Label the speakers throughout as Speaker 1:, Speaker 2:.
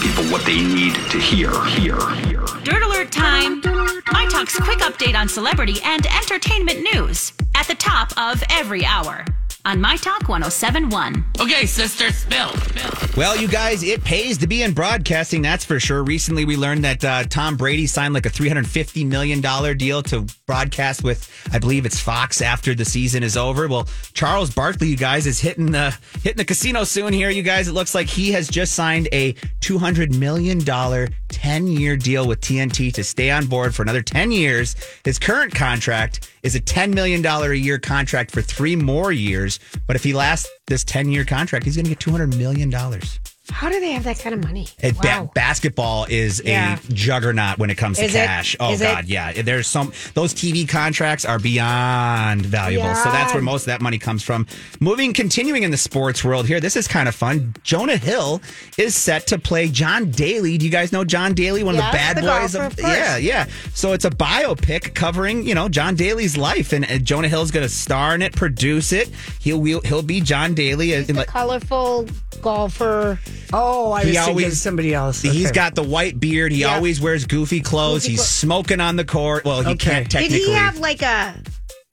Speaker 1: people what they need to hear. Hear. Hear.
Speaker 2: Dirt Alert time! My Talk's quick update on celebrity and entertainment news at the top of every hour on My Talk 1071.
Speaker 3: Okay, sister, spill.
Speaker 4: Well, you guys, it pays to be in broadcasting, that's for sure. Recently, we learned that uh, Tom Brady signed like a $350 million deal to broadcast with, I believe it's Fox after the season is over. Well, Charles Barkley, you guys, is hitting the hitting the casino soon here, you guys. It looks like he has just signed a $200 million 10 year deal with TNT to stay on board for another 10 years. His current contract is a $10 million a year contract for three more years. But if he lasts this 10 year contract, he's going to get $200 million.
Speaker 5: How do they have that kind of money?
Speaker 4: It, ba-
Speaker 5: Wow.
Speaker 4: basketball is
Speaker 5: Yeah.
Speaker 4: a juggernaut when it comes
Speaker 5: Is
Speaker 4: to
Speaker 5: it?
Speaker 4: cash. Oh
Speaker 5: Is it?
Speaker 4: God, yeah. There's some those TV contracts are beyond valuable. So that's where
Speaker 5: Beyond.
Speaker 4: most of that money comes from. Moving, continuing in the sports world here. This is kind of fun. Jonah Hill is set to play John Daly. Do you guys know John Daly? One
Speaker 5: Yeah,
Speaker 4: of the bad
Speaker 5: the
Speaker 4: boys.
Speaker 5: golfer,
Speaker 4: of,
Speaker 5: of course.
Speaker 4: yeah, yeah. So it's a biopic covering, you know, John Daly's life, and, and Jonah Hill's going to star in it, produce it. He'll he'll, he'll be John Daly. uh, and- and
Speaker 5: The
Speaker 4: like-
Speaker 5: colorful golfer.
Speaker 6: Oh, I was
Speaker 4: He
Speaker 6: thinking
Speaker 4: always-
Speaker 6: of somebody else.
Speaker 4: He's
Speaker 6: Okay.
Speaker 4: got the white beard. He
Speaker 5: Yeah.
Speaker 4: always wears goofy clothes.
Speaker 5: Goofy
Speaker 4: He's
Speaker 5: clo-
Speaker 4: smoking on the court. Well, he
Speaker 6: Okay.
Speaker 4: can't
Speaker 6: Did
Speaker 5: Did
Speaker 4: technically.
Speaker 5: he have like a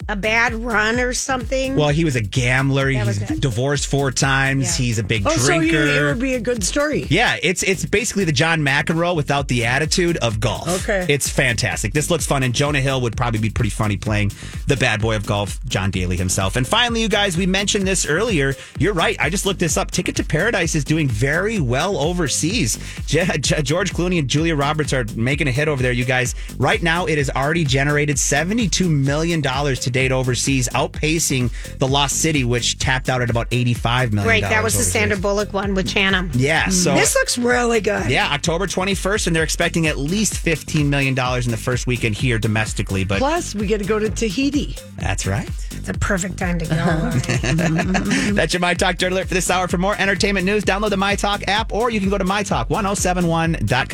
Speaker 5: a bad run or something?
Speaker 4: well, he was a gambler. He's
Speaker 5: was it.
Speaker 4: divorced four times.
Speaker 5: Yeah.
Speaker 4: He's a big
Speaker 6: Oh, so you,
Speaker 4: drinker.
Speaker 6: it would be a good story.
Speaker 4: yeah, it's it's basically the John McEnroe without the attitude of golf.
Speaker 6: Okay.
Speaker 4: it's fantastic. This looks fun, and Jonah Hill would probably be pretty funny playing the bad boy of golf, John Daly himself. And finally, you guys, we mentioned this earlier. You're right. I just looked this up. Ticket to Paradise is doing very well overseas. Je- Je- George Clooney and Julia Roberts are making a hit over there. You guys, right now, it has already generated 72 million dollars to date overseas, outpacing the Lost City, which tapped out at about 85 million.
Speaker 5: right, that was the
Speaker 4: overseas.
Speaker 5: Sandra Bullock one with Channing.
Speaker 4: Yeah. So
Speaker 6: This looks really good.
Speaker 4: yeah, October 21st, and they're expecting at least $15 million in the first weekend here domestically. But
Speaker 6: Plus, we get to go to Tahiti.
Speaker 4: that's right.
Speaker 5: It's a perfect time to
Speaker 4: Uh-huh.
Speaker 5: go.
Speaker 4: That's your My oh Talk Dirt Alert for this hour. For more entertainment news, download the My Talk app, or you can go to MyTalk1071.com.